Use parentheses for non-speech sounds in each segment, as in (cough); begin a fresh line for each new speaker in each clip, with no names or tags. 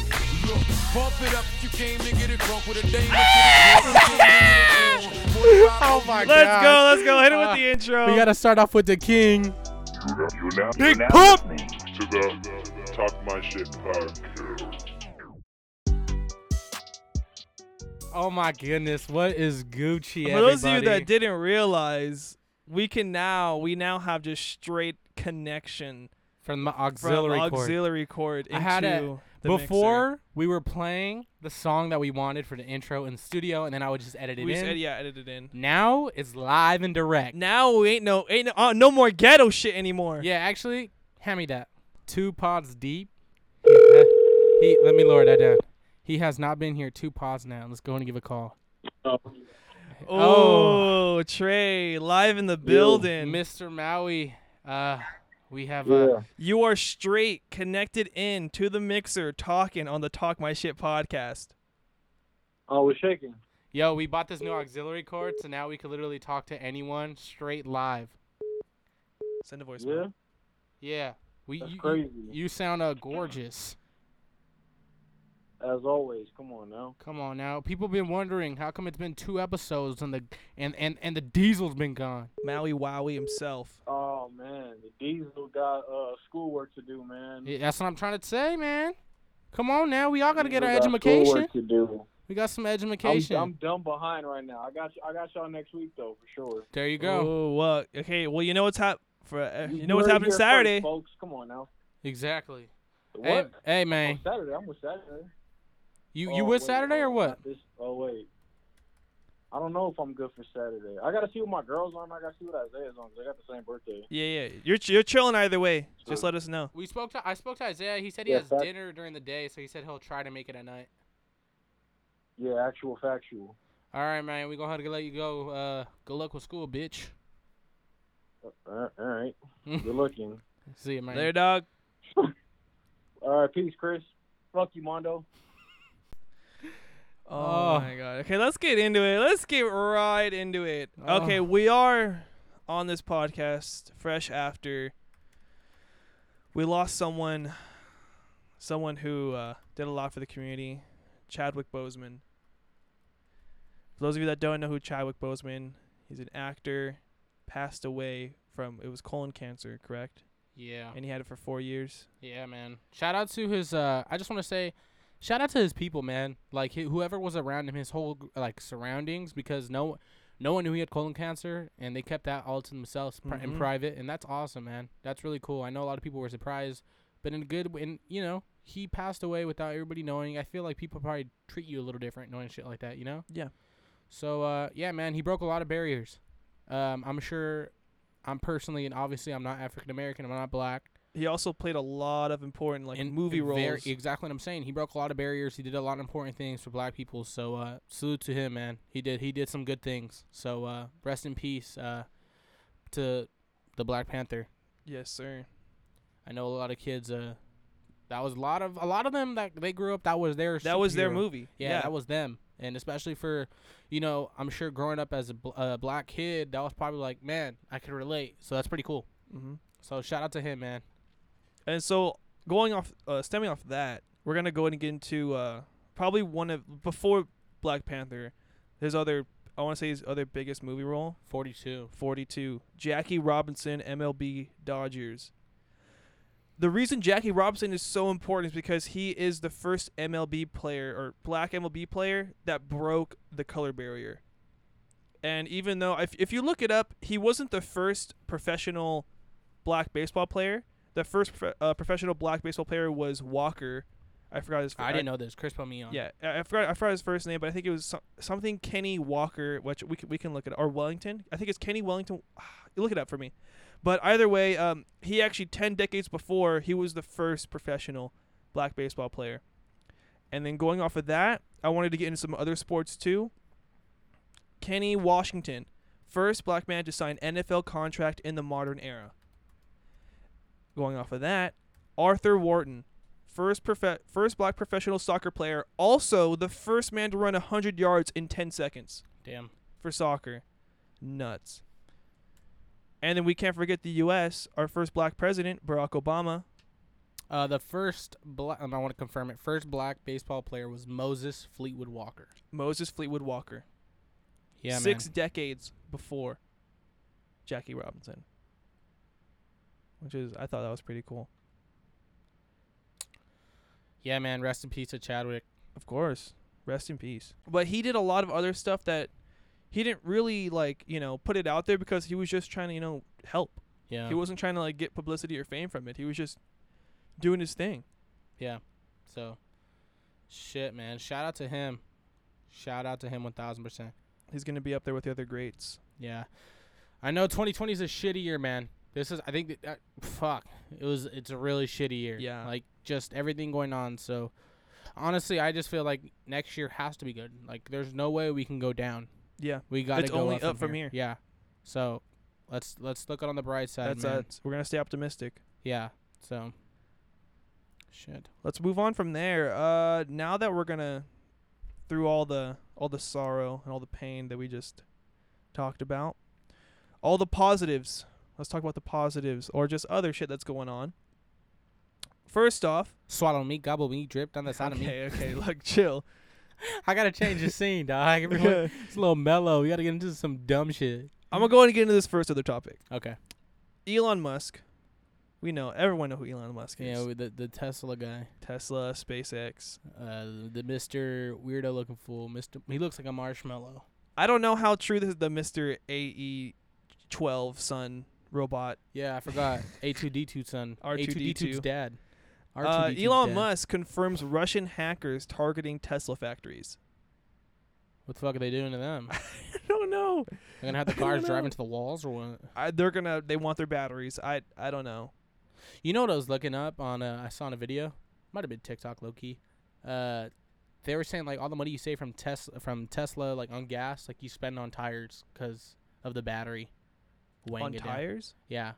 (laughs) oh my
Let's go, let's go. Hit it with the intro.
We gotta start off with the king.
You're now- you're now-
Big
you're now
Pump!
listening To the Talk My Shit podcast.
Oh my goodness, what is Gucci?
For those of you
everybody?
that didn't realize, we can now we now have just straight connection
from the
from
auxiliary cord.
auxiliary cord into
I had it
the
Before
mixer.
we were playing the song that we wanted for the intro in the studio, and then I would just edit it
we
in.
said yeah, edited in.
Now it's live and direct.
Now we ain't no ain't no, uh, no more ghetto shit anymore.
Yeah, actually, hand me that. Two pods deep. He, ha- he- let me lower that down. He has not been here two pods now. Let's go and give a call.
Oh, Trey, live in the building.
Mr. Maui, uh, we have
Yeah.
uh,
You are straight connected in to the mixer talking on the Talk My Shit podcast.
I was Oh, shaking.
yo, we bought this new auxiliary cord, so now we can literally talk to anyone straight live.
Send a
Yeah,
voicemail.
Yeah, we
that's
you, you,
crazy.
you sound uh, gorgeous.
As always, come on now.
Come on now, people been wondering how come it's been two episodes and the and and and the diesel's been gone.
Maui Wowie himself.
Oh man, the diesel got uh schoolwork to do, man.
Yeah, that's what I'm trying to say, man. Come on now, we all gotta get our
Diesel got
education.
Schoolwork to do.
We got some
I'm,
education.
I'm dumb behind right now. I got you, I got y'all next week though for sure.
there you go.
Oh, well, okay. Well, you know what's hap- for uh, you know
heard
what's
it
happening
here
Saturday.
first, folks. Come on now.
Exactly. Hey,
What?
hey, man,
Oh, Saturday. I'm with Saturday.
you you
Oh,
with
wait,
Saturday
oh,
or what?
not This, oh wait. I don't know if I'm good for Saturday. I gotta see what my girls on. I gotta see what Isaiah's on. 'cause They got the same birthday.
Yeah, yeah. You're ch- you're chilling either way. Just let us know.
We spoke to I spoke to Isaiah. He said he
Yeah,
has
that-
dinner during the day, so he said he'll try to make it at night.
Yeah, actual factual.
All right, man, we gonna have to let you go. Uh, good luck with school, bitch.
Uh, All
(laughs)
right. Good looking.
See you, man.
There, dog.
All right, peace, Chris. Fuck you, Mondo.
Oh,
Oh.
my god. Okay, let's get into it. Let's get right into it.
Oh.
Okay, we are on this podcast fresh after we lost someone someone who uh, did a lot for the community, Chadwick Boseman. For those of you that don't know who Chadwick Boseman, he's an actor, passed away from it was colon cancer, correct?
Yeah,
And he had it for 4 years.
yeah, man. Shout out to his. Uh, I just want to say, shout out to his people, man. Like hi- whoever was around him, his whole gr- like surroundings, because no, no one knew he had colon cancer, and they kept that all to themselves pri- in
Mhm.
private, and that's awesome, man. That's really cool. I know a lot of people were surprised, but in a good, w- and you know, he passed away without everybody knowing. I feel like people probably treat you a little different knowing shit like that, you know?
Yeah.
So uh, yeah, man, he broke a lot of barriers. Um, I'm sure. I'm personally and obviously I'm not African American. I'm not black
He also played a lot of important like
and
movie roles.
very- exactly what I'm saying. He broke a lot of barriers. He did a lot of important things for black people. So uh, salute to him, man. He did he did some good things. So uh, rest in peace uh, to the Black Panther.
yes, sir.
I know a lot of kids. Uh, that was a lot of a lot of them that they grew up. That was their
That was their
superhero.
movie.
Yeah, that was them. And especially for, you know, I'm sure growing up as a bl- uh, black kid, that was probably like, man, I could relate. So that's pretty cool.
hmm
So shout out to him, man.
And so going off, uh, stemming off that, we're gonna go ahead and get into uh, probably one of before Black Panther. His other, I want to say his other biggest movie role,
42.
42, Jackie Robinson, MLB Dodgers. The reason Jackie Robinson is so important is because he is the first MLB player or black MLB player that broke the color barrier. And even though, if, if you look it up, he wasn't the first professional black baseball player. The first prof- uh, professional black baseball player was Walker. I forgot his.
I didn't know this. Chris put me on.
Yeah, I I forgot. I forgot his first name, but I think it was so- something Kenny Walker, which we can, we can look at, or Wellington. I think it's Kenny Wellington. (sighs) You look it up for me. But either way, um, he actually ten decades before he was the first professional black baseball player. And then going off of that, I wanted to get into some other sports too. Kenny Washington, first black man to sign NFL contract in the modern era. Going off of that, Arthur Wharton, first profe- first black professional soccer player, also the first man to run 100 yards in 10 seconds
Damn.
for soccer. Nuts. And then we can't forget the US, our first black president, Barack Obama,
Uh, the first black, um, I want to confirm it. First black baseball player was Moses Fleetwood Walker.
Moses Fleetwood Walker.
Yeah,
Six decades before Jackie Robinson. Which is, I thought that was pretty cool.
Yeah, man. Rest in peace to Chadwick.
Of course. Rest in peace. But he did a lot of other stuff that he didn't really like, you know, put it out there because he was just trying to, you know, help.
Yeah.
He wasn't trying to like get publicity or fame from it. He was just doing his thing.
yeah. So, shit, man. Shout out to him. Shout out to him one thousand percent.
He's going to be up there with the other greats.
Yeah. I know 2020 is a shitty year, man. This is I think that, uh, fuck. It was it's a really shitty year.
Yeah.
Like just everything going on. So honestly, I just feel like next year has to be good. Like there's no way we can go down.
Yeah.
We got to
It's
go
only
up,
up
from,
from
here.
here.
Yeah. So let's let's look it on the bright side,
That's
man.
uh, we're going to stay optimistic.
Yeah. So shit.
Let's move on from there. Uh, now that we're gonna through all the all the sorrow and all the pain that we just talked about, all the positives. Let's talk about the positives or just other shit that's going on. First off,
Swallow me, gobble me, drip down the side of me.
okay, okay, (laughs) look,
(laughs)
chill.
I gotta change the scene, dog. (laughs)
(laughs)
Everyone,
I'm
it's a little mellow. We gotta get into some dumb shit.
gonna go and get into this first other topic.
Okay.
Elon Musk. We know everyone know who Elon Musk
Yeah,
is.
with the the Tesla guy.
Tesla, SpaceX.
Uh, the Mister Weirdo looking fool. Mister, he looks like a marshmallow.
I don't know how true this is the Mister AE twelve son robot
Yeah,
(laughs)
I forgot. A two D two son.
R2D2.
A2D2's dad.
Uh,
R2D2's
Elon
dad.
Musk confirms Russian hackers targeting Tesla factories.
What the fuck are they doing to them?
I don't know.
They're gonna have the
(laughs) I don't
cars
know.
driving to the walls or what?
I, they're gonna. They want their batteries. I. I don't know.
You know what I was looking up on? Uh, I saw on a video. Might have been TikTok, low key. Uh, they were saying like all the money you save from Tesla from Tesla like on gas like you spend on tires because of the battery. weighing
On
it down.
tires?
Yeah.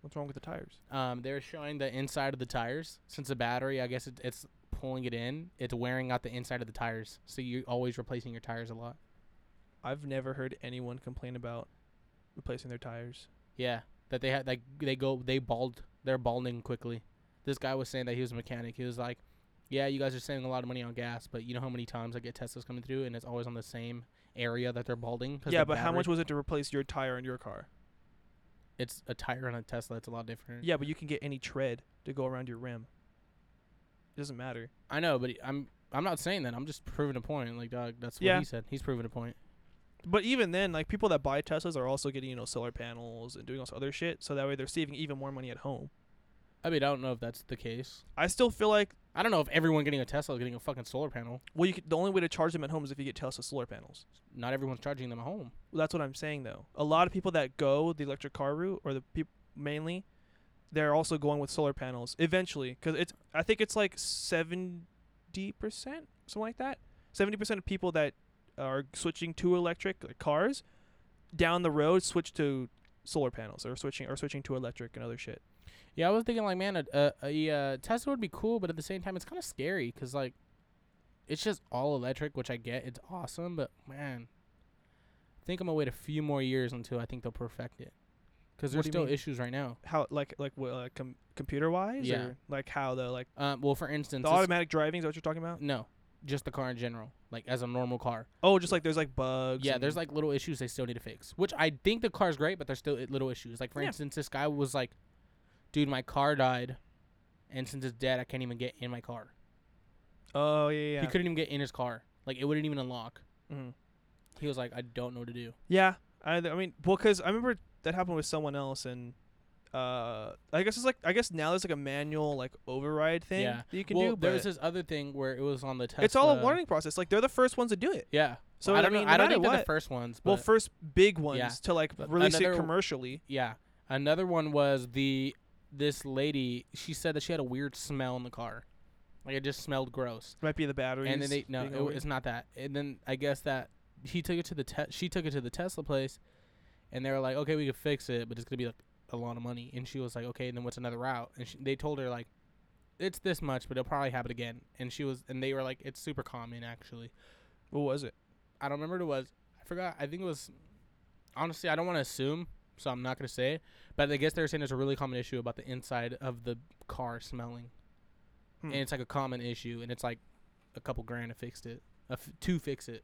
What's wrong with the tires?
Um, they're showing the inside of the tires. Since the battery, I guess it, it's pulling it in. It's wearing out the inside of the tires, so you're always replacing your tires a lot.
I've never heard anyone complain about replacing their tires.
Yeah, that they had like they go they bald they're balding quickly. This guy was saying that he was a mechanic. He was like, "Yeah, you guys are saving a lot of money on gas, but you know how many times I get Teslas coming through, and it's always on the same area that they're balding." 'cause
Yeah,
the
but how much
battery-
was it to replace your tire in your car?
It's a tire on a Tesla. It's a lot different.
Yeah, but you can get any tread to go around your rim. It doesn't matter.
I know, but I'm I'm not saying that. I'm just proving a point. Like, dog, that's what
Yeah.
he said. He's proving a point.
But even then, like people that buy Teslas are also getting you know solar panels and doing all this other shit, so that way they're saving even more money at home.
I mean, I don't know if that's the case.
I still feel like
I don't know if everyone getting a Tesla is getting a fucking solar panel.
Well, you could, the only way to charge them at home is if you get Tesla solar panels.
Not everyone's charging them at home.
Well, that's what I'm saying though. A lot of people that go the electric car route, or the people mainly, they're also going with solar panels eventually because it's. I think it's like seventy percent, something like that. Seventy percent of people that are switching to electric like cars down the road switch to solar panels or switching or switching to electric and other shit.
Yeah, I was thinking like, man, a a, a uh, Tesla would be cool, but at the same time, it's kind of scary because like, it's just all electric, which I get. It's awesome, but man, I think I'm gonna wait a few more years until I think they'll perfect it. Because
What
there's
do you
still
mean?
issues right now.
How like like what, like com- computer wise
Yeah.
or like how though like
Um, well, for instance,
the
it's-
automatic driving is that what you're talking about?
no, just the car in general, like as a normal car.
Oh, just like there's like bugs.
Yeah,
and-
there's like little issues they still need to fix, which I think the car's great, but there's still i- little issues. Like for
Yeah.
instance, this guy was like, "Dude, my car died, and since it's dead, I can't even get in my car.
oh yeah yeah.
He couldn't even get in his car. Like it wouldn't even unlock.
Mm-hmm.
He was like, I don't know what to do.
Yeah, I, I mean, well, 'cause I remember that happened with someone else, and uh, I guess it's like I guess now there's like a manual like override thing
Yeah.
that you can
well,
do,
there was
but
this other thing where it was on the Tesla.
it's all a learning process. Like they're the first ones to do it.
Yeah.
So
I
I,
don't
mean,
know.
no
I don't
matter
think they're the
what-
first ones. But
well, first big ones
Yeah.
to like
But
release it
another-
commercially.
yeah. Another one was the this lady. She said that she had a weird smell in the car, like it just smelled gross.
Might be the batteries.
and then they no,
being
it,
over-
it's not that. And then I guess that he took it to the te- she took it to the Tesla place, and they were like, okay, we could fix it, but it's gonna be like a lot of money. And she was like, okay, and then what's another route? And she, they told her like, it's this much, but it'll probably happen again. And she was, and they were like, it's super common actually.
what was it?
I don't remember what it was. I forgot. I think it was. Honestly, I don't want to assume, so I'm not gonna say it. But I guess they were saying it's a really common issue about the inside of the car smelling.
Hmm.
and it's like a common issue, and it's like a couple grand to fix it, a f- to fix it.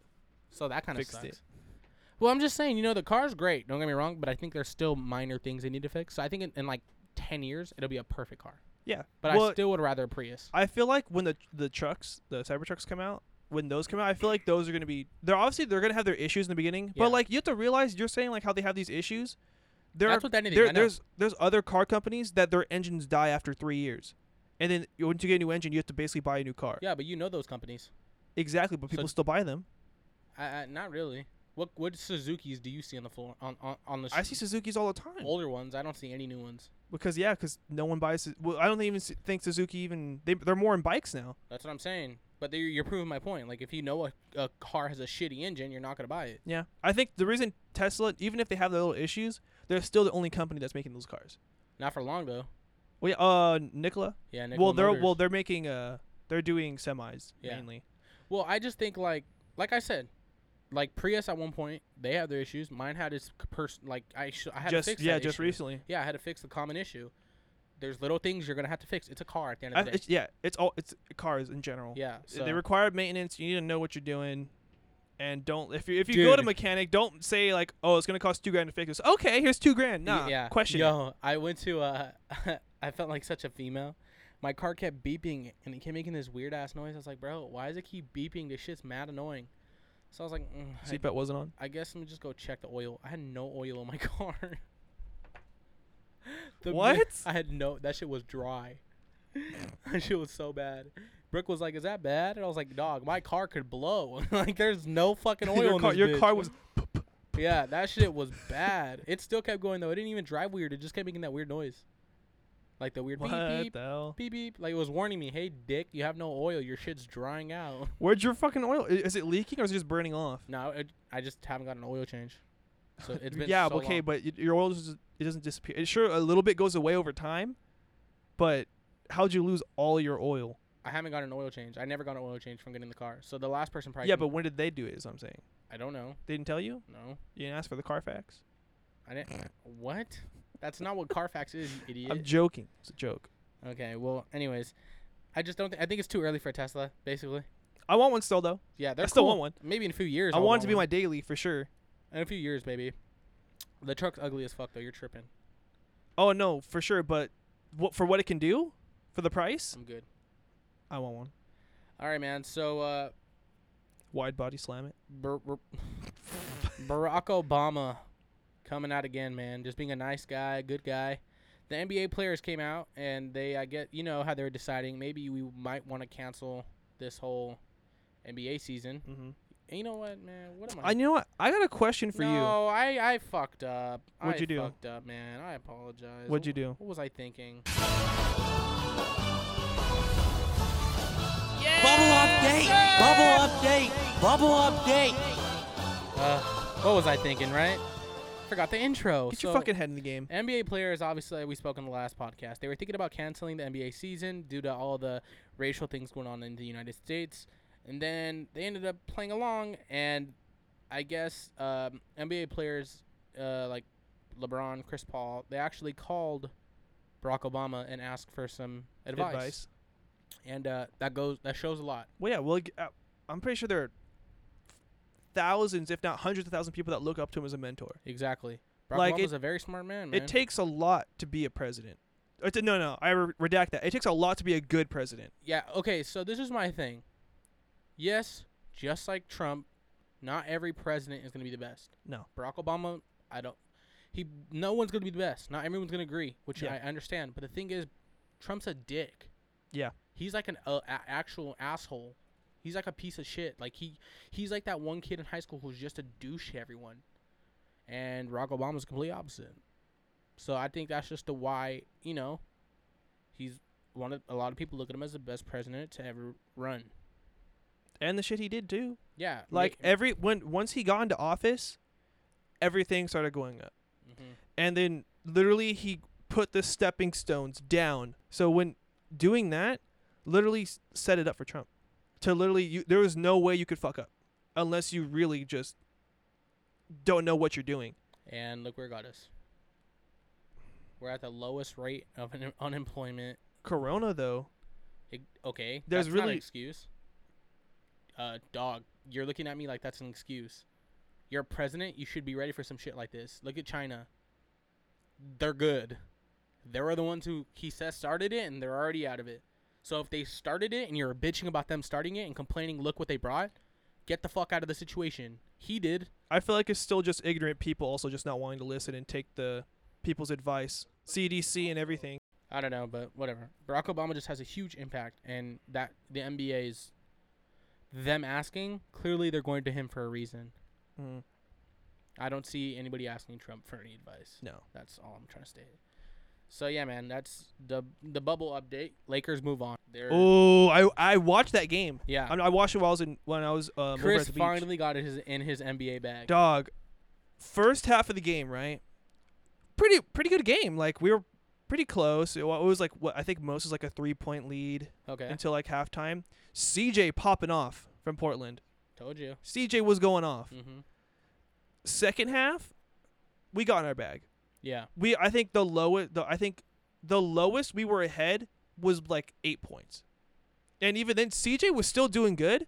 So that kind of
Fixed
sucks.
it.
Well, I'm just saying, you know, the car's great. Don't get me wrong, but I think there's still minor things they need to fix. So I think in, in like ten years, it'll be a perfect car.
Yeah.
But
well,
I still would rather a Prius.
I feel like when the the trucks, the cyber trucks come out, when those come out, I feel like those are gonna be. They're obviously they're gonna have their issues in the beginning,
Yeah.
but like you have to realize you're saying like how they have these issues. There
That's
are
with anything. I
there,
know.
there's there's other car companies that their engines die after three years, and then once you get a new engine, you have to basically buy a new car.
yeah, but you know those companies.
Exactly, but
So-
people still buy them.
I, I, not really. What what Suzuki's do you see on the floor on on, on the
I
s-
see Suzuki's all the time
older ones? I don't see any new ones.
because yeah, because no one buys. Su- Well, I don't even s- think Suzuki even they they're more in bikes now.
That's what I'm saying. But they, you're proving my point. Like if you know a, a car has a shitty engine, you're not gonna buy it.
Yeah, I think the reason Tesla, even if they have their little issues, they're still the only company that's making those cars.
Not for long though.
Well, yeah, uh, Nikola.
Yeah. Nikola
well, they're
Motors.
well, they're making uh, they're doing semis
Yeah.
mainly.
Well, I just think like like I said, like Prius at one point they had their issues. Mine had its person like I sh- I had
Just
to fix
yeah,
that
just
issue.
recently.
Yeah, I had to fix the common issue. There's little things you're gonna have to fix. It's a car at the end
I,
of the day.
it's, yeah, it's all it's cars in general.
Yeah. So
They require maintenance. You need to know what you're doing, and don't if you if you go to
Dude.
mechanic, don't say like, oh, it's gonna cost two grand to fix this. Okay, here's two grand.
Y-
Nah,
yeah.
question. it.
Yo, I went to uh, (laughs) I felt like such a female. My car kept beeping and it kept making this weird ass noise. I was like, bro, why does it keep beeping? This shit's mad annoying. So I was like, mm, I-
Seatbelt wasn't on.
I guess let me just go check the oil. I had no oil in my (laughs) car. The mi-
What?
I had no. That shit was dry. (laughs) that shit was so bad. Brooke was like, "Is that bad?" And I was like, "Dog, my car could blow. (laughs) like, there's
(laughs)
no fucking (laughs) oil
your
in
car,
this
your
bitch."
car was.
Yeah, that shit was bad. It still kept going though. It didn't even drive weird. It just kept making that weird noise, like the weird
What
beep beep
the hell?
beep beep. Like it was warning me, "Hey, dick, you have no oil. Your shit's drying out." (laughs)
Where'd your fucking oil? i- Is it leaking or is it just burning off?
No, it, I just haven't gotten an oil change.
(laughs)
So it's been
yeah,
so
okay,
long.
but y- your oil just, it doesn't disappear. It sure a little bit goes away over time, but how'd you lose all your oil?
I haven't got an oil change. I never got an oil change from getting in the car. So the last person probably.
Yeah,
can-
but when did they do it? Is what I'm saying.
I don't know.
They didn't tell you.
No,
You didn't ask for the Carfax.
I didn't. what? That's not what Carfax is,
(laughs)
you
I'm
idiot.
joking. It's a joke.
okay. Well, anyways, I just don't. Th- I think it's too early for a Tesla. Basically,
I want one still though.
yeah, they're
still
cool.
want one.
Maybe in a few years.
I
I'll
want it to be my
one.
daily for sure.
in a few years, maybe. The truck's ugly as fuck though. You're tripping.
Oh no, for sure. But what for what it can do, for the price,
I'm good.
I want one.
All right, man. So, uh,
Wide body slam it.
Bar- Bar- (laughs) Barack Obama coming out again, man. Just being a nice guy, good guy. The NBA players came out and they, I get, you know how they're deciding maybe we might want to cancel this whole NBA season.
Mm-hmm.
And you know what, man? What am I?
I you know what? I got a question for
no, I, I fucked up.
What'd
I
you do?
Fucked up, man. I apologize.
What'd you do?
What was I thinking?
Bubble update. Bubble update. Bubble update.
Uh, what was I thinking? Right? Forgot the intro.
you. Get
so
your fucking head in the game.
NBA players, obviously, we spoke in the last podcast. They were thinking about canceling the NBA season due to all the racial things going on in the United States, and then they ended up playing along. And I guess um, NBA players uh, like LeBron, Chris Paul, they actually called Barack Obama and asked for some advice. And uh, that goes that shows a lot.
Well, yeah. Well, g- uh, I'm pretty sure there are thousands, if not hundreds of thousands, of people that look up to him as a mentor.
Exactly. Barack
Like,
Obama's
it-
a very smart man, man.
It takes a lot to be a president. Or to- no, no, I re- redact that. It takes a lot to be a good president.
yeah, okay, so this is my thing. Yes, just like Trump, not every president is going to be the best.
No.
Barack Obama, I don't he no one's going to be the best. Not everyone's going to agree, which
Yeah.
I understand, but the thing is Trump's a dick.
Yeah.
He's like an uh, a- actual asshole. He's like a piece of shit. Like he he's like that one kid in high school who's just a douche to everyone. And Barack Obama's complete opposite. So I think that's just the why, you know, he's one of a lot of people look at him as the best president to ever run.
And the shit he did too.
Yeah.
Like
ma-
every when once he got into office, everything started going up.
Mhm.
And then literally he put the stepping stones down. So when doing that, literally s- set it up for Trump. To literally you there was no way you could fuck up unless you really just don't know what you're doing.
And look where it got us. We're at the lowest rate of un- unemployment.
Corona though,
Ig- Okay.
There's
that's not
really-
an excuse. Uh, dog, you're looking at me like that's an excuse. You're a president. You should be ready for some shit like this. Look at China. They're good. They are the ones who he says started it, and they're already out of it. So if they started it, and you're bitching about them starting it and complaining, look what they brought. Get the fuck out of the situation. He did.
I feel like it's still just ignorant people also just not wanting to listen and take the people's advice, CDC and everything.
I don't know, but whatever. Barack Obama just has a huge impact, and that the NBA is them asking. Clearly, they're going to him for a reason.
Mm.
I don't see anybody asking Trump for any advice.
No.
That's all I'm trying to state. So yeah, man, that's the the bubble update. Lakers move on. They're
Oh, I I watched that game.
yeah.
I, I watched it while I was in when I was um, over at
Chris
the beach.
finally got his in his NBA bag.
Dog, first half of the game, right? Pretty pretty good game. Like we were pretty close. It wa- it was like what I think most is like a three point lead
Okay,
until like halftime. CJ popping off from Portland.
told you.
CJ was going off.
hmm
Second half, we got in our bag.
Yeah,
we I think the lowest the I think the lowest we were ahead was like eight points, and even then CJ was still doing good,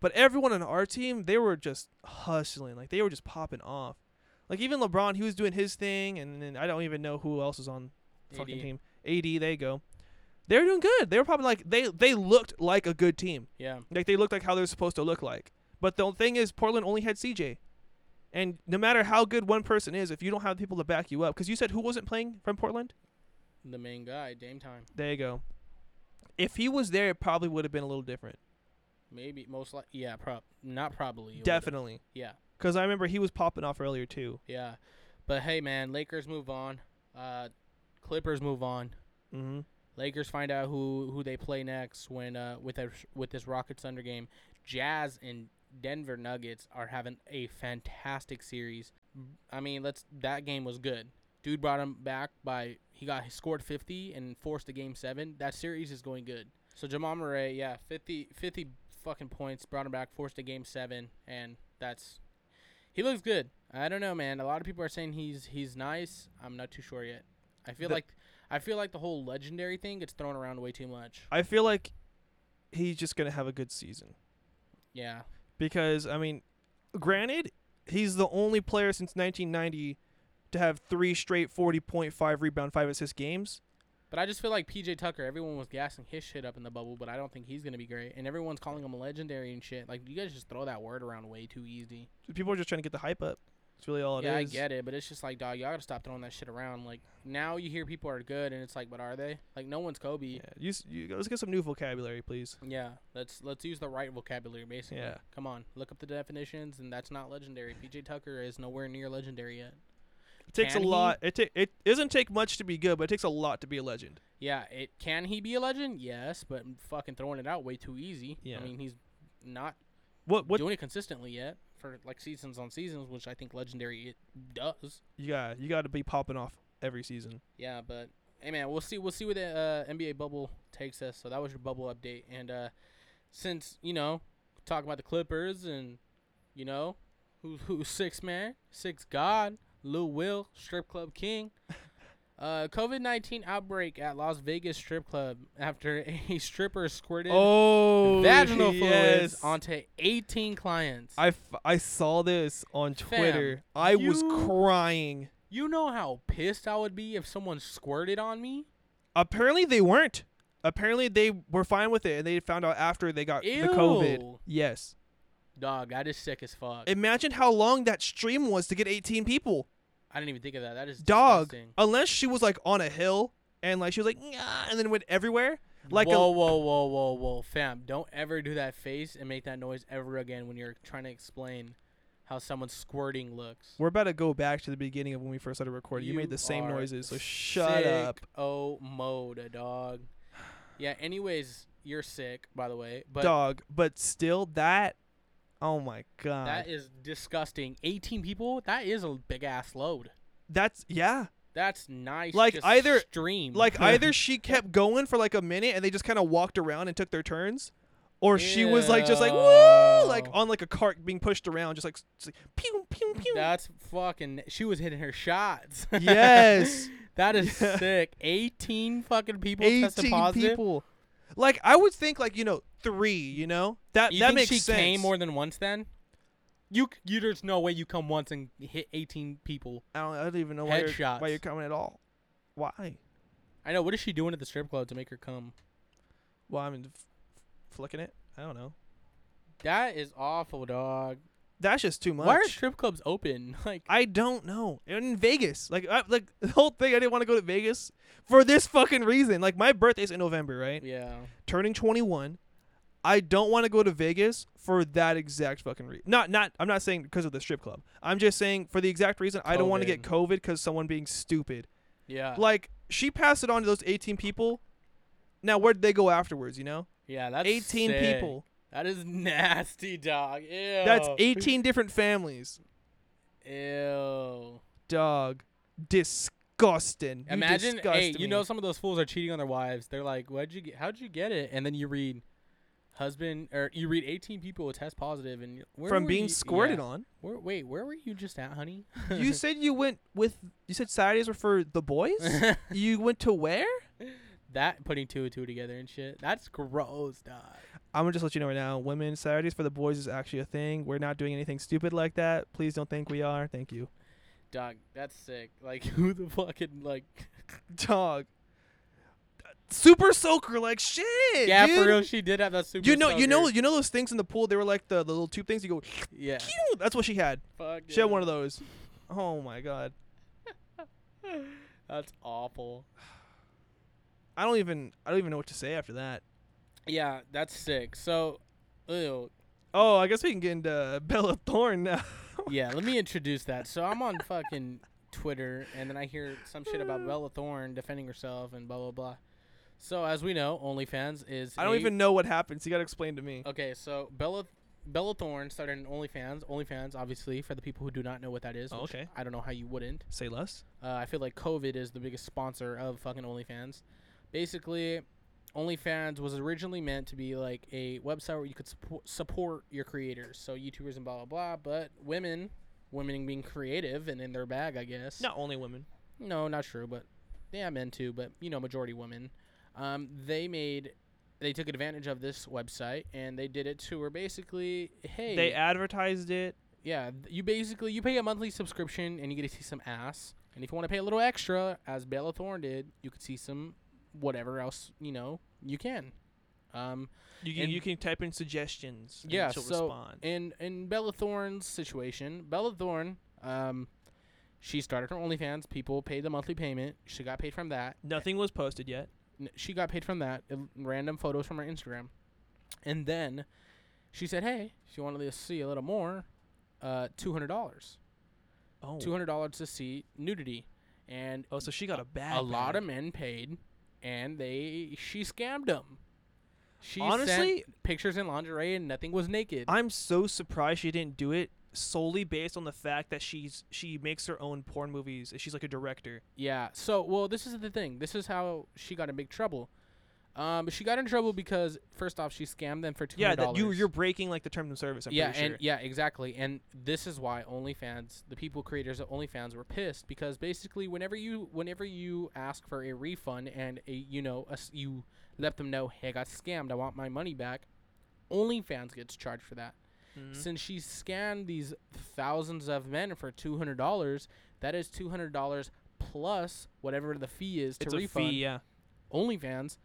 but everyone on our team they were just hustling like they were just popping off, like even LeBron he was doing his thing, and then I don't even know who else was on the fucking
AD.
team. AD they go, they were doing good. They were probably like they they looked like a good team.
yeah.
Like they looked like how they're supposed to look like. But the thing is, Portland only had CJ, and no matter how good one person is, if you don't have people to back you up, because you said who wasn't playing from Portland?
The main guy, Dame time.
There you go. If he was there, it probably would have been a little different.
Maybe most like yeah, prob not probably. it would've-
Definitely.
Yeah.
Because I remember he was popping off earlier too.
Yeah. But hey, man, Lakers move on. Uh, Clippers move on.
Mm-hmm.
Lakers find out who who they play next when uh with a, with this Rockets Thunder game. Jazz and Denver Nuggets are having a fantastic series. I mean, let's that game was good. Dude brought him back by he got he scored 50 and forced a game 7. That series is going good. So Jamal Murray, yeah, 50 50 fucking points brought him back, forced a game 7 and that's he looks good. I don't know, man. A lot of people are saying he's he's nice. I'm not too sure yet. I feel
The-
like I feel like the whole legendary thing gets thrown around way too much.
I feel like he's just gonna have a good season
Yeah.
because I mean, granted, he's the only player since 1990 to have three straight 40.5 rebound, five assist games.
But I just feel like PJ Tucker, everyone was gassing his shit up in the bubble, but I don't think he's going to be great. And everyone's calling him legendary and shit. Like, you guys just throw that word around way too easy.
people are just trying to get the hype up. It's really all it is.
yeah, I get it, but it's just like, dog, y'all got to stop throwing that shit around. Like, now you hear people are good, and it's like, but are they? Like, no one's Kobe.
Yeah,
Yeah.
you, s- you let's get some new vocabulary, please.
let's let's use the right vocabulary, basically.
Yeah.
Come on, look up the definitions, and that's not legendary. PJ Tucker is nowhere near legendary yet.
It takes
Can
a
he?
lot. It ta- it doesn't take much to be good, but it takes a lot to be a legend.
Yeah, it can he be a legend? Yes, but fucking throwing it out way too easy.
Yeah.
I mean, he's not
What what
doing it consistently yet for like seasons on seasons, which I think legendary it does.
you got? You got to be popping off every season.
Yeah, but hey, man, we'll see. We'll see where the uh, NBA bubble takes us. So that was your bubble update, and uh, since you know, talking about the Clippers and you know, who (laughs) who's six man, six god, Lil Will, strip
(laughs)
club king. Uh, COVID nineteen outbreak at Las Vegas strip club after (laughs) a stripper squirted
Oh,
vaginal fluids
yes.
onto eighteen clients.
I, f- I saw this on Twitter. I was
you-
crying.
You know how pissed I would be if someone squirted on me?
Apparently they weren't. Apparently they were fine with it, and they found out after they got the COVID.
Ew.
Yes.
Dog, that is sick as fuck.
Imagine how long that stream was to get 18 people.
I didn't even think of that. That is
dog
disgusting.
unless she was like on a hill and like she was like "Nyah," and then went everywhere like
whoa,
a,
whoa, whoa, whoa, whoa, fam! Don't ever do that face and make that noise ever again when you're trying to explain how someone squirting looks.
we're about to go back to the beginning of when we first started recording you, made the same
are
noises so shut
sick
up
Oh, mode, dog. Yeah. Anyways, you're sick, by the way. But
dog but still that oh my god
that is disgusting. 18 people. That is a big ass load.
that's
(laughs)
yeah
That's nice.
Like,
just
either-
stream.
like
(laughs)
either she kept going for like a minute and they just kind of walked around and took their turns or she was like just like woo like
Ew.
on like a cart being pushed around just like, just like pew pew pew
That's fucking. She was hitting her shots. (laughs)
Yes.
that is
Yeah.
sick. Eighteen fucking people tested
18
positive.
people Like I would think like you know three. You know that
You
that
think
makes
she
sense.
came more than once then? You, c- you there's no way you come once and hit 18 people.
I don't. I don't even know why you're, why
Headshots.
you're coming at all. Why?
I know. What is she doing at the strip club to make her come?
Well, I'm f- flicking it. I don't know.
That is awful, dog.
That's just too much.
Why are strip clubs open? (laughs) Like,
I don't know. In Vegas, like I, like (laughs) the whole thing, I didn't want to go to Vegas for this fucking reason. Like my birthday's in November, right?
yeah.
Turning 21, I don't want to go to Vegas for that exact fucking reason. Not not. I'm not saying because of the strip club. I'm just saying for the exact reason I don't want to get COVID because someone being stupid.
Yeah.
Like she passed it on to those 18 people. Now where did they go afterwards? You know,
yeah, that's
18
sick.
people.
That is (laughs) nasty, dog. Ew.
That's 18 different families.
Ew.
Dog, disgusting. You
Imagine,
disgust
hey,
me.
you know, some of those fools are cheating on their wives. They're like, "Why'd you get? How'd you get it?" And then you read, husband, or you read 18 people will test positive, and you- where
from
were
being
you-
squirted
yeah.
on.
Where, wait, where were you just at, honey? (laughs)
You said you went with. You said Saturdays were for the
(laughs)
boys. you went to where?
that putting two and two together and shit. That's gross, dog.
I'm gonna just let you know right now. Women Saturdays for the boys is actually a thing. We're not doing anything stupid like that. Please don't think we are. Thank you,
Dog, that's sick. Like, (laughs) who the fucking like?
dog. Super soaker like shit.
yeah,
dude.
for real, she did have that super.
You know, you know,
soaker.
you know those things in the pool. They were like the, the little tube things. You go.
yeah.
"Pew!" That's what she had.
Fuck.
She had one of those. Oh my god.
those. That's awful.
I don't even. I don't even know what to say after that.
Yeah, that's sick. So, ew,
Oh, I guess we can get into (laughs) Bella Thorne now.
yeah, let me introduce that. So I'm on fucking Twitter, and then I hear some shit about Bella Thorne defending herself and blah blah blah. So as we know, OnlyFans is.
I don't
a-
even know what happens. You gotta explain to me.
Okay, so Bella Bella Thorne started an OnlyFans. OnlyFans, obviously, for the people who do not know what that is.
Oh,
which
okay.
I don't know how you wouldn't.
Say less.
Uh, I feel like COVID is the biggest sponsor of fucking OnlyFans. Basically, OnlyFans was originally meant to be like a website where you could support, support your creators, so YouTubers and blah blah blah. But women, women being creative and in their bag, I guess.
Not only women.
no, not true, but yeah, men too. But you know, majority women. Um, they made, they took advantage of this website and they did it to where basically, hey,
They advertised it.
yeah, th- you basically you pay a monthly subscription and you get to see some ass. And if you want to pay a little extra, as Bella Thorne did, you could see some whatever else you know you can. Um,
You can
And-
you can type in suggestions. And
yeah,
she'll
so
respond.
in in Bella Thorne's situation, Bella Thorne, um, she started her OnlyFans. People paid the monthly payment. She got paid from that.
Nothing was posted yet.
N- she got paid from that uh, random photos from her Instagram, and then she said, "Hey, if you want to see a little more, uh, two hundred dollars."
Oh.
two hundred dollars to see nudity, and
Oh, so she got a bad.
a lot of men paid, and they she scammed them. She
Honestly-
sent pictures in lingerie and nothing was naked.
I'm so surprised she didn't do it solely based on the fact that she's she makes her own porn movies. and She's like a director.
yeah. So well, this is the thing. This is how she got in big trouble. Um, she got in trouble because first off, she scammed them for two
Yeah,
hundred
that
dollars.
you you're breaking like the terms of service. I'm
yeah,
pretty
and
sure.
yeah, exactly. And this is why OnlyFans, the people creators of OnlyFans, were pissed because basically, whenever you whenever you ask for a refund and a you know a s you let them know, hey, I got scammed, I want my money back, OnlyFans gets charged for that.
Mm-hmm.
Since she scammed these thousands of men for two hundred dollars, that is two hundred dollars plus whatever the fee is to
it's
refund
a fee. Yeah,
OnlyFans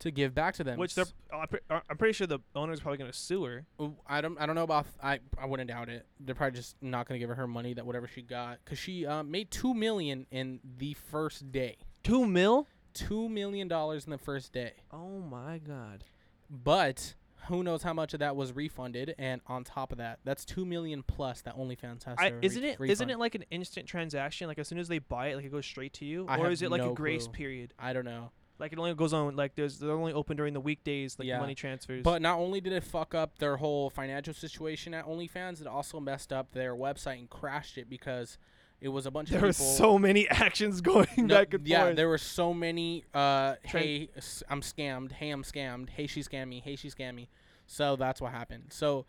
to give back to them.
which they're. uh, I'm pre- I'm pretty sure the owner's probably gonna sue her.
Oh, I don't I don't know about I I wouldn't doubt it. They're probably just not gonna give her her money that whatever she got because she uh, made two million in the first day.
Two mil.
Two million dollars in the first day,
Oh my god.
but who knows how much of that was refunded? And on top of that, that's two million plus that OnlyFans has.
I,
to
isn't
re-
it isn't
refund.
it like an instant transaction? Like as soon as they buy it, like it goes straight to you,
I
or
have
is it like a
no
grace
clue.
period?
I don't know.
Like it only goes on like there's they're only open during the weekdays, like
Yeah.
money transfers.
But not only did it fuck up their whole financial situation at OnlyFans, it also messed up their website and crashed it because it was a bunch
there
of
are
people.
so many (laughs) actions going
No,
back and
yeah,
forth.
there were so many. Uh,
Tran-
hey, s- I'm scammed. Hey, I'm scammed. Hey, she scammed me. Hey, she scammed me. So that's what happened. So,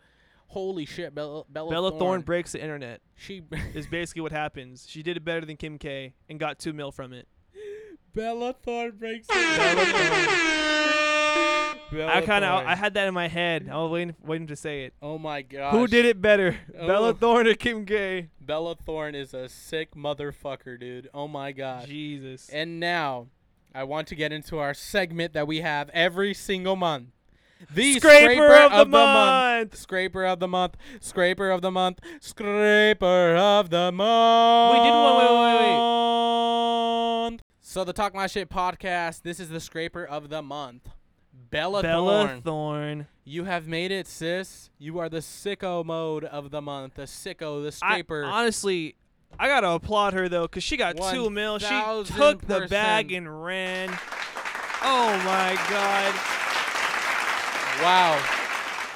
holy shit, Bella Bella,
Bella Thorne.
Thorne.
breaks the internet
she (laughs)
is basically what happens. She did it better than Kim K and got two mil from it.
Bella Thorne breaks.
Bella Thorne. I kind
Bellator.
of I had that in my head. I was waiting waiting to say it.
Oh my god.
Who did it better,
Oh.
Bella Thorne or Kim K?
Bella Thorne is a sick motherfucker, dude. Oh my gosh.
Jesus.
And now, I want to get into our segment that we have every single month. The
Scraper of the Month.
Scraper of the month. Scraper of the month. Scraper of the month.
We did one. Wait, wait, wait, wait.
month. So the Talk My Shit podcast. This is the Scraper of the month. Bella,
Bella
Thorne.
Thorne.
you have made it, sis. You are the sicko mode of the month. The sicko, the
I,
scraper.
honestly, I gotta applaud her though, cause she got two mil. She took the
1000%.
bag and ran. Oh my god.
wow.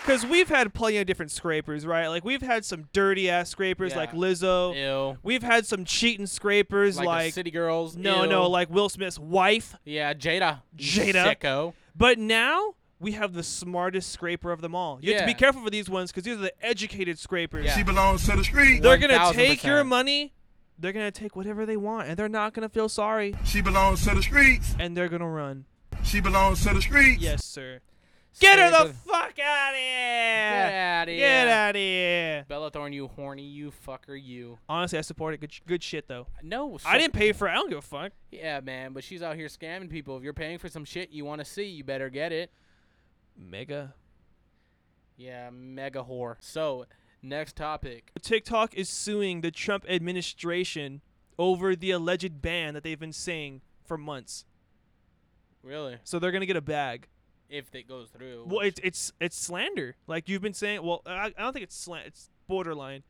Cause we've had plenty of different scrapers, right? Like we've had some dirty ass scrapers, like
Yeah.
Lizzo.
Ew.
We've had some cheating scrapers,
Like,
like,
the City Girls.
no,
ew.
no, like Will Smith's wife.
Yeah, Jada. you
Jada.
Sicko.
But now we have the smartest scraper of them all. You have to
Yeah.
be careful for these ones because these are the educated scrapers.
Yeah.
She belongs to the street.
They're gonna
1000%.
take your money. They're gonna take whatever they want, and they're not gonna feel sorry,
She belongs to the streets.
and they're gonna (laughs) run.
She belongs to the streets.
Yes, sir. Get her the
Scraper-
fuck out of
Get
here.
out of here.
Get out of here.
Bella Thorne, you horny, you fucker, you.
Honestly, I support it. Good, sh- good shit though.
No,
I
so-
didn't pay for it. I don't give a fuck.
Yeah, man, but she's out here scamming people. If you're paying for some shit you want to see, you better get it.
Mega.
Yeah, mega whore. So, next topic.
TikTok is suing the Trump administration over the alleged ban that they've been saying for months.
Really,
So they're gonna get a bag.
if it goes through.
Well,
which-
it's it's it's slander. Like you've been saying. Well, I, I don't think it's slant. It's borderline.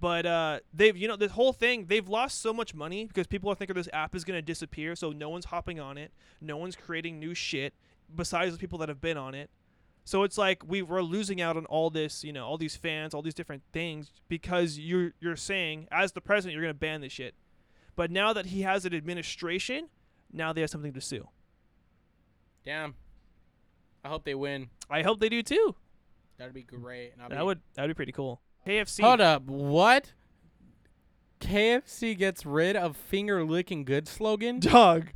But uh, they've you know this whole thing. They've lost so much money because people are thinking this app is gonna disappear. So no one's hopping on it. No one's creating new shit besides the people that have been on it. So it's like we we're losing out on all this, you know, all these fans, all these different things because you're you're saying as the president you're gonna ban this shit. But now that he has an administration, now they have something to sue.
damn. I hope they win.
I hope they do too.
That'd be great. And I'll be-
That would that would be pretty cool. KFC.
Hold up, what? KFC gets rid of finger licking
(laughs)
good slogan.
dog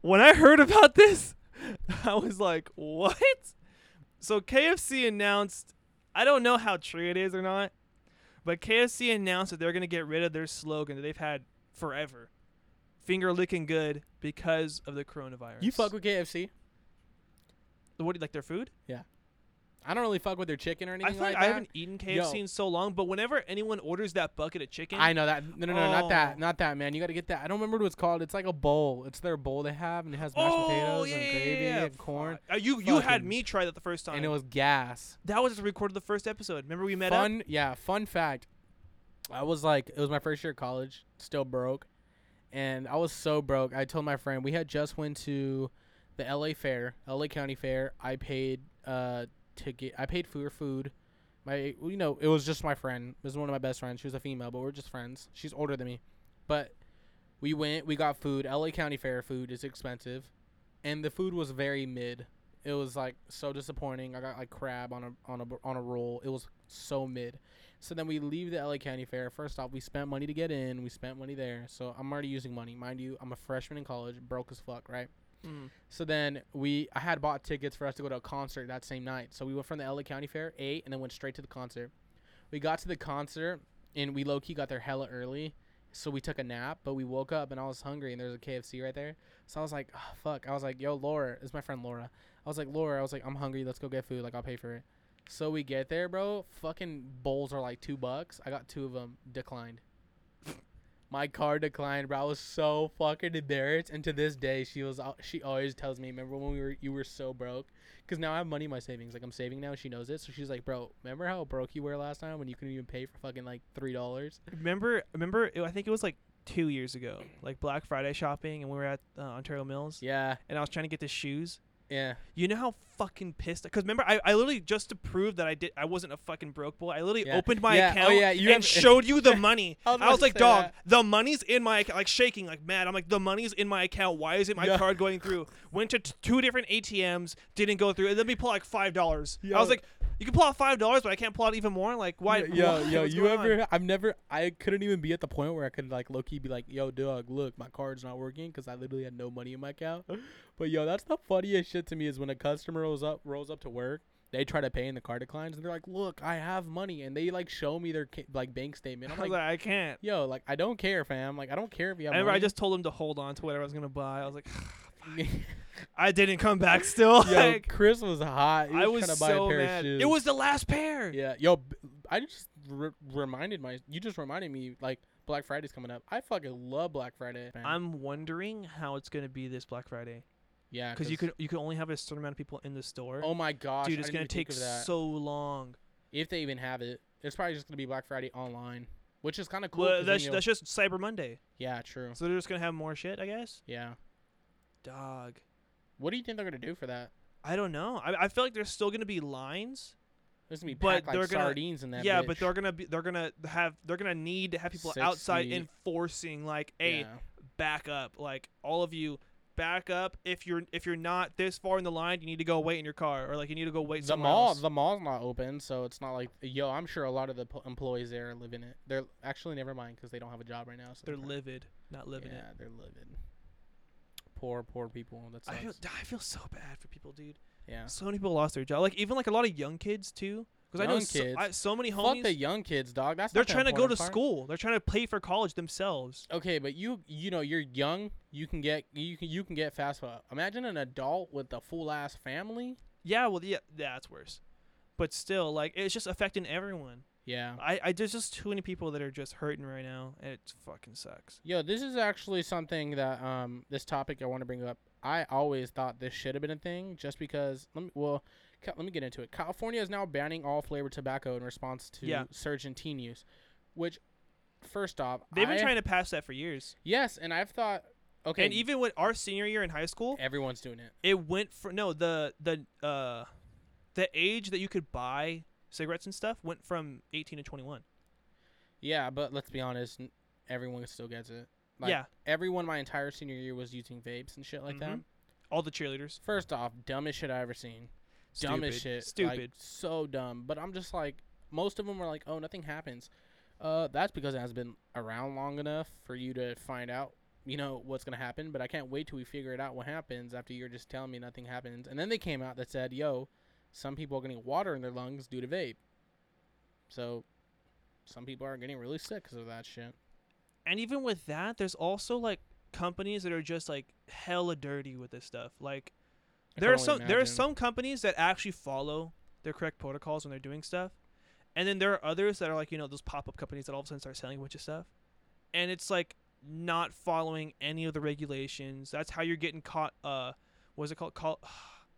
when i heard about this (laughs) i was like what so kfc announced i don't know how true it is or not but kfc announced that they're going to get rid of their slogan that they've had forever finger licking good because of the coronavirus
You fuck with KFC?
what do you like their food
I don't really fuck with their chicken or
i
anything
feel like,
like
i
that.
haven't eaten kfc
Yo.
in so long but whenever anyone orders that bucket of chicken
I know that. No, no, no, not
Oh.
that, not that, man. You got to get that. I don't remember what it's called. It's like a bowl. It's their bowl they have, and it has mashed
Oh,
potatoes
yeah,
and
yeah,
gravy
yeah,
and corn,
Uh, you you had
Fucking-
me try that the first time
and it was gas.
that was recorded the first episode remember we met up?
Fun, yeah. Fun fact. I was like, it was my first year of college, still broke, and I was so broke. I told my friend we had just went to the L.A. Fair, L.A. County Fair. I paid uh to get, I paid for food. My, well, you know, it was just my friend. It was one of my best friends. She was a female, but we're just friends. She's older than me, but we went. We got food. L.A. County Fair food is expensive, and the food was very mid. It was like so disappointing. I got like crab on a on a on a roll. It was so mid. So then we leave the LA County Fair. First off, we spent money to get in. We spent money there. So I'm already using money, mind you. I'm a freshman in college, broke as fuck, right?
Mm.
So then we I had bought tickets for us to go to a concert that same night. So we went from the LA County Fair, ate, and then went straight to the concert. We got to the concert and we low key got there hella early. So we took a nap, but we woke up and I was hungry and there's a KFC right there. So I was like, oh, fuck. I was like, yo, Laura, it's my friend Laura. I was like, Laura, I was like, I'm hungry. Let's go get food. Like, I'll pay for it. So we get there, bro. Fucking bowls are like two bucks. I got two of them declined. (laughs) My car declined, bro. I was so fucking embarrassed. And to this day, she was al- she always tells me, "Remember when we were you were so broke? Because now I have money in my savings. Like I'm saving now. She knows it. So she's like, bro, remember how broke you were last time when you couldn't even pay for fucking like three dollars? (laughs)
Remember, remember. It, I think it was like two years ago, like Black Friday shopping, and we were at uh, Ontario Mills,
Yeah,
and I was trying to get the shoes.
yeah.
You know how fucking pissed? Because remember, I, I literally just to prove that I did, I wasn't a fucking broke boy. I literally
Yeah.
opened my
Yeah, oh
account
yeah, you
and
have- (laughs)
showed you the money.
I
I
was
was,
about to
like,
say
dog,
that.
the money's in my account, like shaking, like mad. I'm like, the money's in my account. Why isn't my
Yeah.
card going through? Went to t- two different ATMs, didn't go through. And let me pull out, like five dollars. I
Yo.
was like, you can pull out five dollars, but I can't pull out even more. Like, (laughs) why?
yo,
why?
yo,
What's
you
going on?
ever? (laughs) I've never. I couldn't even be at the point where I could like low key be like, yo, dog, look, my
(laughs)
card's not working because I literally had no money in my account. But yo, that's the funniest shit to me is when a customer will rolls up rolls up to work, they try to pay in the car declines, and they're like, "Look, I have money," and they like show me their ca- like bank statement.
(laughs)
I'm
I was
like,
like, I can't.
"Yo, like I don't care, fam. Like I don't care if
I
you have."
remember I
money."
just told him to hold on to whatever I was gonna buy. I was like, (sighs) I didn't come back (laughs) still.
(laughs) yo,
like,
Chris was hot. He
I was
trying to buy
so
a pair
mad.
of shoes.
It was the last pair. (laughs)
Yeah, yo, b- I just re- reminded my. You just reminded me like Black Friday's coming up. I fucking love Black Friday. fam.
I'm wondering how it's gonna be this Black Friday
yeah,
because you could you can only have a certain amount of people in the store.
Oh my gosh,
Dude,
I
it's
didn't
gonna
even
take
think of that.
so long.
if they even have it. It's probably just gonna be Black Friday online, which is kind of cool. 'cause
Well,
then
that's
you'll-
that's just Cyber Monday,
yeah, true.
so they're just gonna have more shit, I guess.
Yeah.
Dog,
What do you think they're gonna do for that?
I don't know. I I feel like there's still gonna be lines.
There's gonna be
But
packed
they're
like
gonna-
sardines in that.
yeah, but
bitch.
they're gonna be they're gonna have they're gonna need to have people outside
60.
enforcing like, hey,
Yeah.
back up. Like all of you, back up. If you're if you're not this far in the line, you need to go wait in your car, or like you need to go wait
The
somewhere
mall,
else.
the mall's not open, so it's not like yo. I'm sure a lot of the po- employees there live in it. They're actually never mind because they don't have a job right now. So
They're
probably-
livid, not living
yeah,
it.
they're livid. Poor, poor people. That
I
sucks.
feel I feel so bad for people, dude.
yeah.
So many people lost their job. Like even like a lot of young kids too, because I know
Young
so,
kids.
I, so many
Fuck
homies.
the young kids, dog. That's
they're
not the
trying to go to
important part.
school. They're trying to pay for college themselves.
Okay, but you you know you're young. You can get you can you can get fast food. Imagine an adult with a full ass family.
Yeah, well, yeah, that's worse. But still, like it's just affecting everyone.
Yeah.
I, I there's just too many people that are just hurting right now, and it fucking sucks.
Yo, this is actually something that um this topic I want to bring up. I always thought this should have been a thing, just because. Let me well, ca- let me get into it. California is now banning all flavored tobacco in response to
Yeah.
surge in teen use, which, first off,
They've been
I-
trying to pass that for years.
Yes, and I've thought. Okay.
And even when our senior year in high school,
everyone's doing it.
it went from no the the uh the age that you could buy cigarettes and stuff went from 18 to 21.
Yeah, but let's be honest, n- everyone still gets it. Like,
Yeah.
Everyone my entire senior year was using vapes and shit like that.
Mhm. All the cheerleaders.
First off, dumbest shit I ever seen.
Stupid.
Dumbest shit.
Stupid.
Like, so dumb. But I'm just like, most of them are like, oh, nothing happens. Uh, that's because it has been around long enough for you to find out, you know, what's gonna happen. But I can't wait till we figure it out what happens after you're just telling me nothing happens. And then they came out that said, yo, some people are getting water in their lungs due to vape. So, some people are getting really sick because of that shit.
and even with that, there's also like companies that are just like hella dirty with this stuff. Like
I
there
can
are
only
some there are
imagine.
some companies that actually follow their correct protocols when they're doing stuff, and then there are others that are like you know those pop up companies that all of a sudden start selling a bunch of stuff, and it's like not following any of the regulations. That's how you're getting caught. Uh, what's it called? Call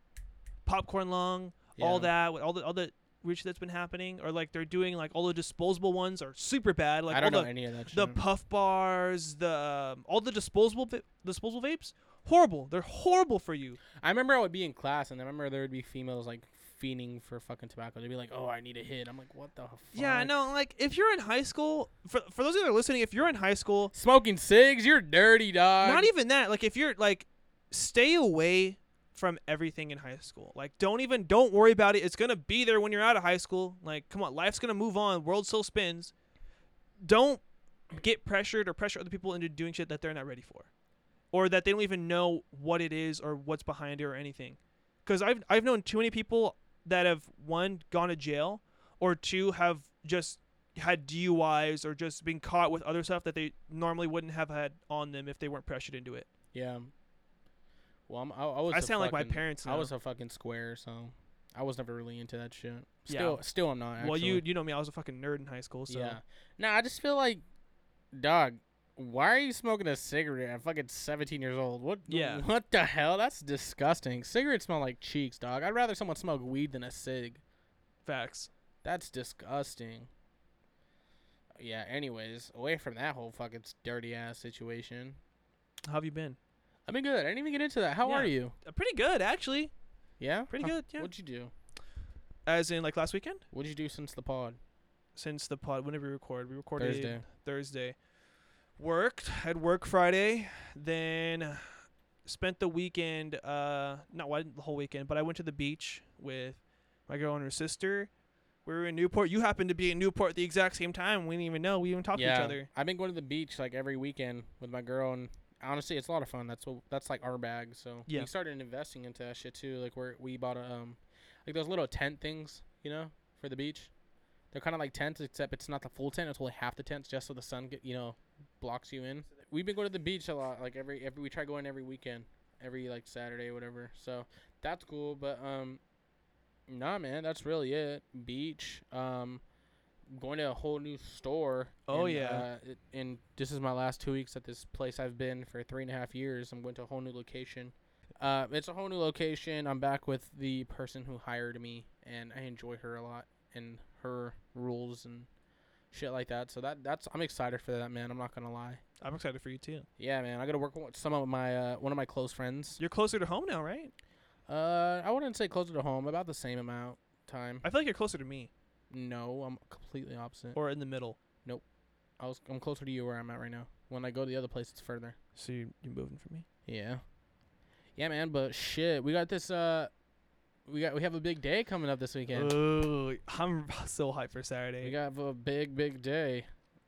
(sighs) popcorn lung. All
Yeah.
that with all the all the rich that's been happening, or like they're doing like all the disposable ones are super bad. Like
I don't
all
know
the,
any of that shit.
the puff bars, the um, all the disposable va- disposable vapes, horrible. They're horrible for you.
I remember I would be in class, and I remember there would be females like fiending for fucking tobacco. They'd be like, "Oh, I need a hit." I'm like, "What the fuck?"
Yeah, I know. Like if you're in high school, for for those of you that are listening, if you're in high school,
Smoking cigs, you're dirty, dog.
not even that. Like if you're like, stay away from everything in high school. Like don't even don't worry about it. It's gonna be there when you're out of high school. Like come on, life's gonna move on. World still spins. Don't get pressured or pressure other people into doing shit that they're not ready for, or that they don't even know what it is or what's behind it or anything. Because I've I've known too many people that have one gone to jail or two have just had DUIs or just been caught with other stuff that they normally wouldn't have had on them if they weren't pressured into it.
Yeah. Well, I'm, I, I was.
I
a
sound like my
fucking-
parents
I
now.
was a fucking square, so I was never really into that shit.
Yeah.
Still, still, I'm not. Actually.
Well, you you know me, I was a fucking nerd in high school, so
Yeah. No, I just feel like, dog. Why are you smoking a cigarette at fucking 17 years old? What?
Yeah.
What the hell? That's disgusting. Cigarettes smell like cheeks, dog. I'd rather someone smoke weed than a cig.
facts.
That's disgusting. Yeah, anyways, away from that whole fucking s- dirty ass situation.
How have you been?
I've been good. I didn't even get into that. How are
Yeah.
you?
Uh, pretty good actually.
Yeah?
Pretty
Huh.
good, yeah.
What'd you do?
As in like last weekend
What'd you do since the pod?
since the pod whenever we record, we recorded
Thursday.
Thursday. Worked, had work Friday, then spent the weekend uh not why the whole weekend, but I went to the beach with my girl and her sister. We were in Newport. You happened to be in Newport at the exact same time. We didn't even know. We didn't even talk
yeah.
to each other.
I've been going to the beach like every weekend with my girl and honestly, it's a lot of fun. That's what that's like our bag. So
Yeah.
we started investing into that shit too. Like where we bought a, um, like those little tent things, you know, for the beach. They're kind of like tents, except it's not the full tent. It's only half the tent, just so the sun, get, you know, blocks you in. We've been going to the beach a lot. Like every every we try going every weekend, every like Saturday, whatever. So that's cool. But um, nah, man, that's really it. Beach. Um, going to a whole new store.
Oh,
and,
yeah.
uh, it, and this is my last two weeks at this place I've been for three and a half years. I'm going to a whole new location. Uh, it's a whole new location. I'm back with the person who hired me, and I enjoy her a lot and her rules and shit like that. So that that's I'm excited for that, man. I'm not gonna lie.
I'm excited for you too.
Yeah, man. I got to work with some of my uh, one of my close friends.
You're closer to home now, right?
Uh, I wouldn't say closer to home, about the same amount time.
I feel like you're closer to me
No, I'm completely opposite.
or in the middle.
I was I'm closer to you where I'm at right now. When I go to the other place, it's further.
So you're, you're moving from me.
Yeah. Yeah, man. But shit, we got this. Uh, we got we have a big day coming up this weekend.
Ooh, I'm (laughs) so hyped for
we
Saturday.
got a big big day.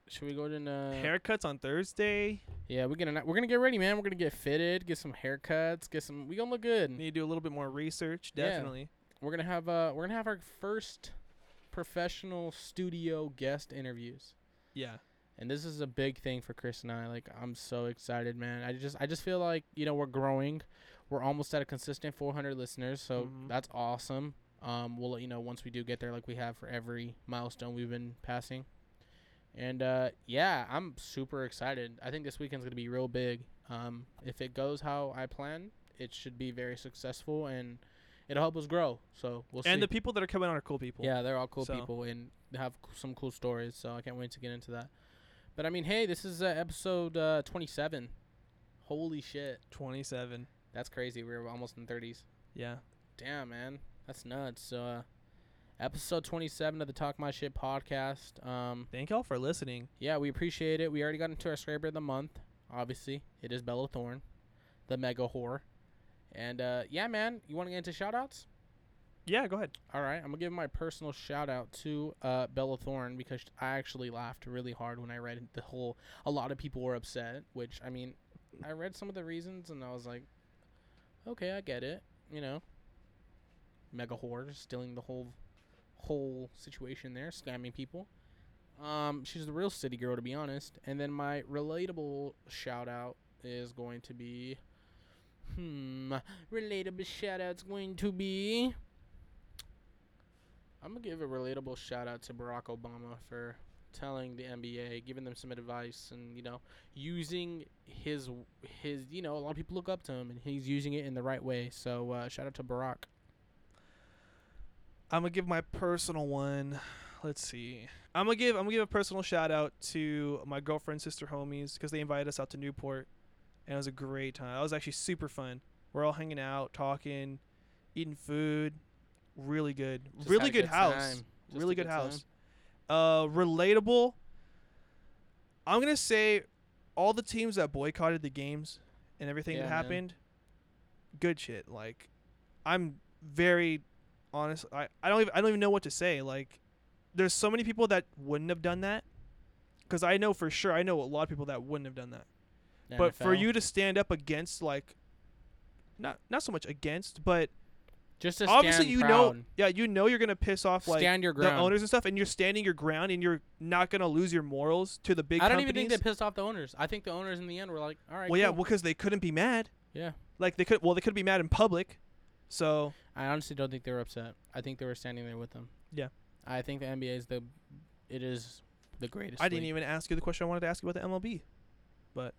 Should we go to? Uh,
Haircuts on Thursday.
yeah, we're gonna we're gonna get ready, man. We're gonna get fitted, get some haircuts, get some. We gonna look good.
Need to do a little bit more research,
Mm. Yeah.
definitely.
we're gonna have uh we're gonna have our first professional studio guest interviews
Yeah.
and this is a big thing for chris and i like i'm so excited man i just i just feel like you know we're growing we're almost at a consistent 400 listeners so
Mhm.
that's awesome um we'll let you know once we do get there like we have for every milestone we've been passing and uh yeah i'm super excited i think this weekend's gonna be real big um if it goes how i plan it should be very successful and it'll help us grow so we'll see
And the people that are coming on are cool people.
yeah, they're all cool
So-
people and they have c- some cool stories. So I can't wait to get into that. But I mean, hey, this is uh, episode uh, 27. Holy shit,
27.
that's crazy. We We're almost in 30s.
Yeah.
Damn, man, that's nuts. So, uh, episode 27 of the Talk My Shit podcast. Um,
Thank y'all for listening.
yeah, we appreciate it. We already got into our scraper of the month. Obviously, it is Bella Thorne, the mega whore. And uh, yeah, man, you want to get into shout outs?
Yeah, go ahead.
All right, I'm gonna give my personal shout out to uh, Bella Thorne because I actually laughed really hard when I read the whole. A lot of people were upset, which I mean, I read some of the reasons and I was like, okay, I get it. You know, mega whore stealing the whole whole situation there, scamming people. Um, she's the real city girl to be honest. And then my relatable shout out is going to be, hmm, relatable shout out's going to be. I'm gonna give a relatable shout out to Barack Obama for telling the NBA, giving them some advice, and you know, using his his you know a lot of people look up to him, and he's using it in the right way. So uh, shout out to Barack.
I'm gonna give my personal one. Let's see. I'm gonna give I'm gonna give a personal shout out to my girlfriend's sister homies because they invited us out to Newport, and it was a great time. It was actually super fun. We're all hanging out, talking, eating food. Really good.
Just
really
had a
good,
good
house.
time. Just
Really
a good
good, house. Uh, relatable. I'm gonna say, all the teams that boycotted the games and everything
Yeah,
that
man.
happened. Good shit. Like, I'm very honest. I, I don't even I don't even know what to say. Like, there's so many people that wouldn't have done that, because I know for sure I know a lot of people that wouldn't have done that. But for
NFL.
you to stand up against like, not not so much against, but
just to
obviously
stand
you
proud,
know yeah you know you're gonna piss off like
stand your
the
ground.
owners and stuff, and you're standing your ground, and you're not gonna lose your morals to the big.
I don't even think
companies.
they pissed off the owners. I think the owners in the end were like, all right,
Well, yeah,
cool."
well, because they couldn't be mad.
Yeah.
Like they could. Well, they could be mad in public. So
I honestly don't think they were upset. I think they were standing there with them.
Yeah.
I think the NBA is the it is the greatest.
I didn't even ask you the question I wanted to ask you about the MLB. well,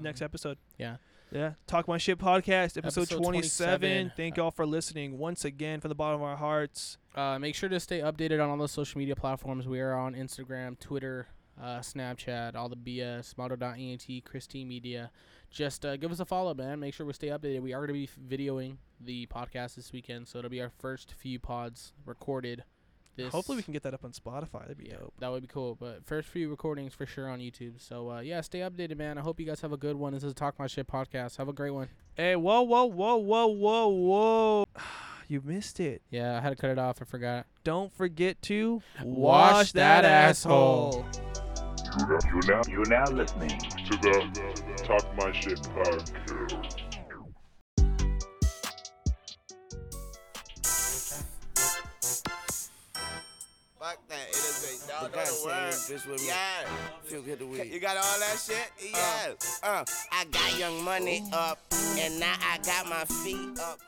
Next episode.
Uh-huh. Yeah.
Yeah. Talk My Shit podcast, episode,
Episode
27.
27.
Thank y'all for listening once again from the bottom of our hearts.
Uh, make sure to stay updated on all the social media platforms. We are on Instagram, Twitter, uh, Snapchat, all the BS, model.ent, Christie Media. Just uh, give us a follow, man. Make sure we stay updated. We are going to be videoing the podcast this weekend, so it'll be our first few pods recorded. This
Hopefully, we can get that up on Spotify. That'd be
Yeah,
dope.
that would be cool. But first few recordings for sure on YouTube. So uh, yeah, stay updated, man. I hope you guys have a good one. This is Talk My Shit podcast. Have a great one.
Hey, whoa, whoa, whoa, whoa, whoa, whoa. (sighs) you missed it.
Yeah, I had to cut it off. I forgot.
Don't forget to
Wash that asshole.
asshole.
You You're now, you're now
You're now listening.
to the Talk My Shit podcast.
Fuck that. It is a dog
God
of the word.
saying this with me.
Yeah.
She'll get the
You
weed.
got all that shit? Yeah. Uh, I got young money up, and now I got my feet up.